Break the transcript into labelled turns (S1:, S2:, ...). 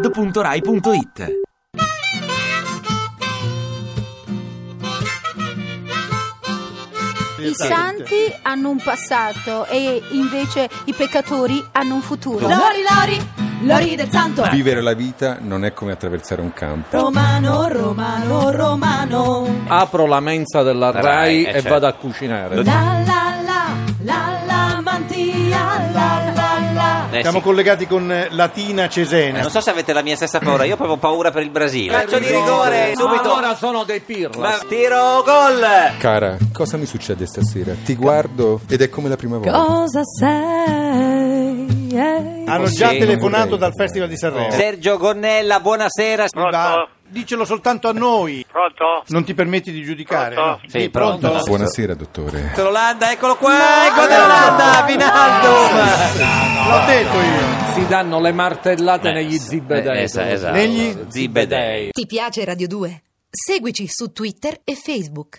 S1: radio2pod.rai.it
S2: I santi hanno un passato e invece i peccatori hanno un futuro.
S3: Lori Lori, Lori del Santo.
S4: Vivere la vita non è come attraversare un campo.
S3: Romano, Romano, Romano.
S5: Apro la mensa della
S6: Rai,
S5: Rai
S6: eh,
S5: e
S6: certo.
S5: vado a cucinare.
S3: La la la, la la mantia, la la la.
S6: Eh,
S7: Siamo
S6: sì.
S7: collegati con eh, Latina
S6: Eh,
S7: Cesena.
S6: non so se avete la mia stessa paura, io ho proprio paura per il Brasile. Calcio di rigore, subito.
S5: Allora sono dei pirla.
S6: Ma- tiro gol!
S4: Cara, cosa mi succede stasera? Ti guardo ed è come la prima volta.
S3: Cosa sei? Eh.
S7: Hanno
S6: Sì,
S7: già
S6: non
S7: telefonato
S4: vorrei.
S7: dal Festival di Sanremo.
S6: Sergio Gonnella, buonasera.
S7: Va- Dicelo soltanto a noi.
S8: Pronto?
S7: Non ti permetti di giudicare.
S8: Pronto?
S7: no?
S6: Sì, pronto.
S4: Buonasera, dottore.
S6: L'Olanda, eccolo qua, il gol dell'Olanda, Vinaldum.
S7: L'ho detto io.
S5: Si danno le martellate negli zibedei.
S6: Eh, esa- esatto.
S7: Negli
S6: Zibedei.
S9: Ti piace Radio 2? Seguici su Twitter e Facebook.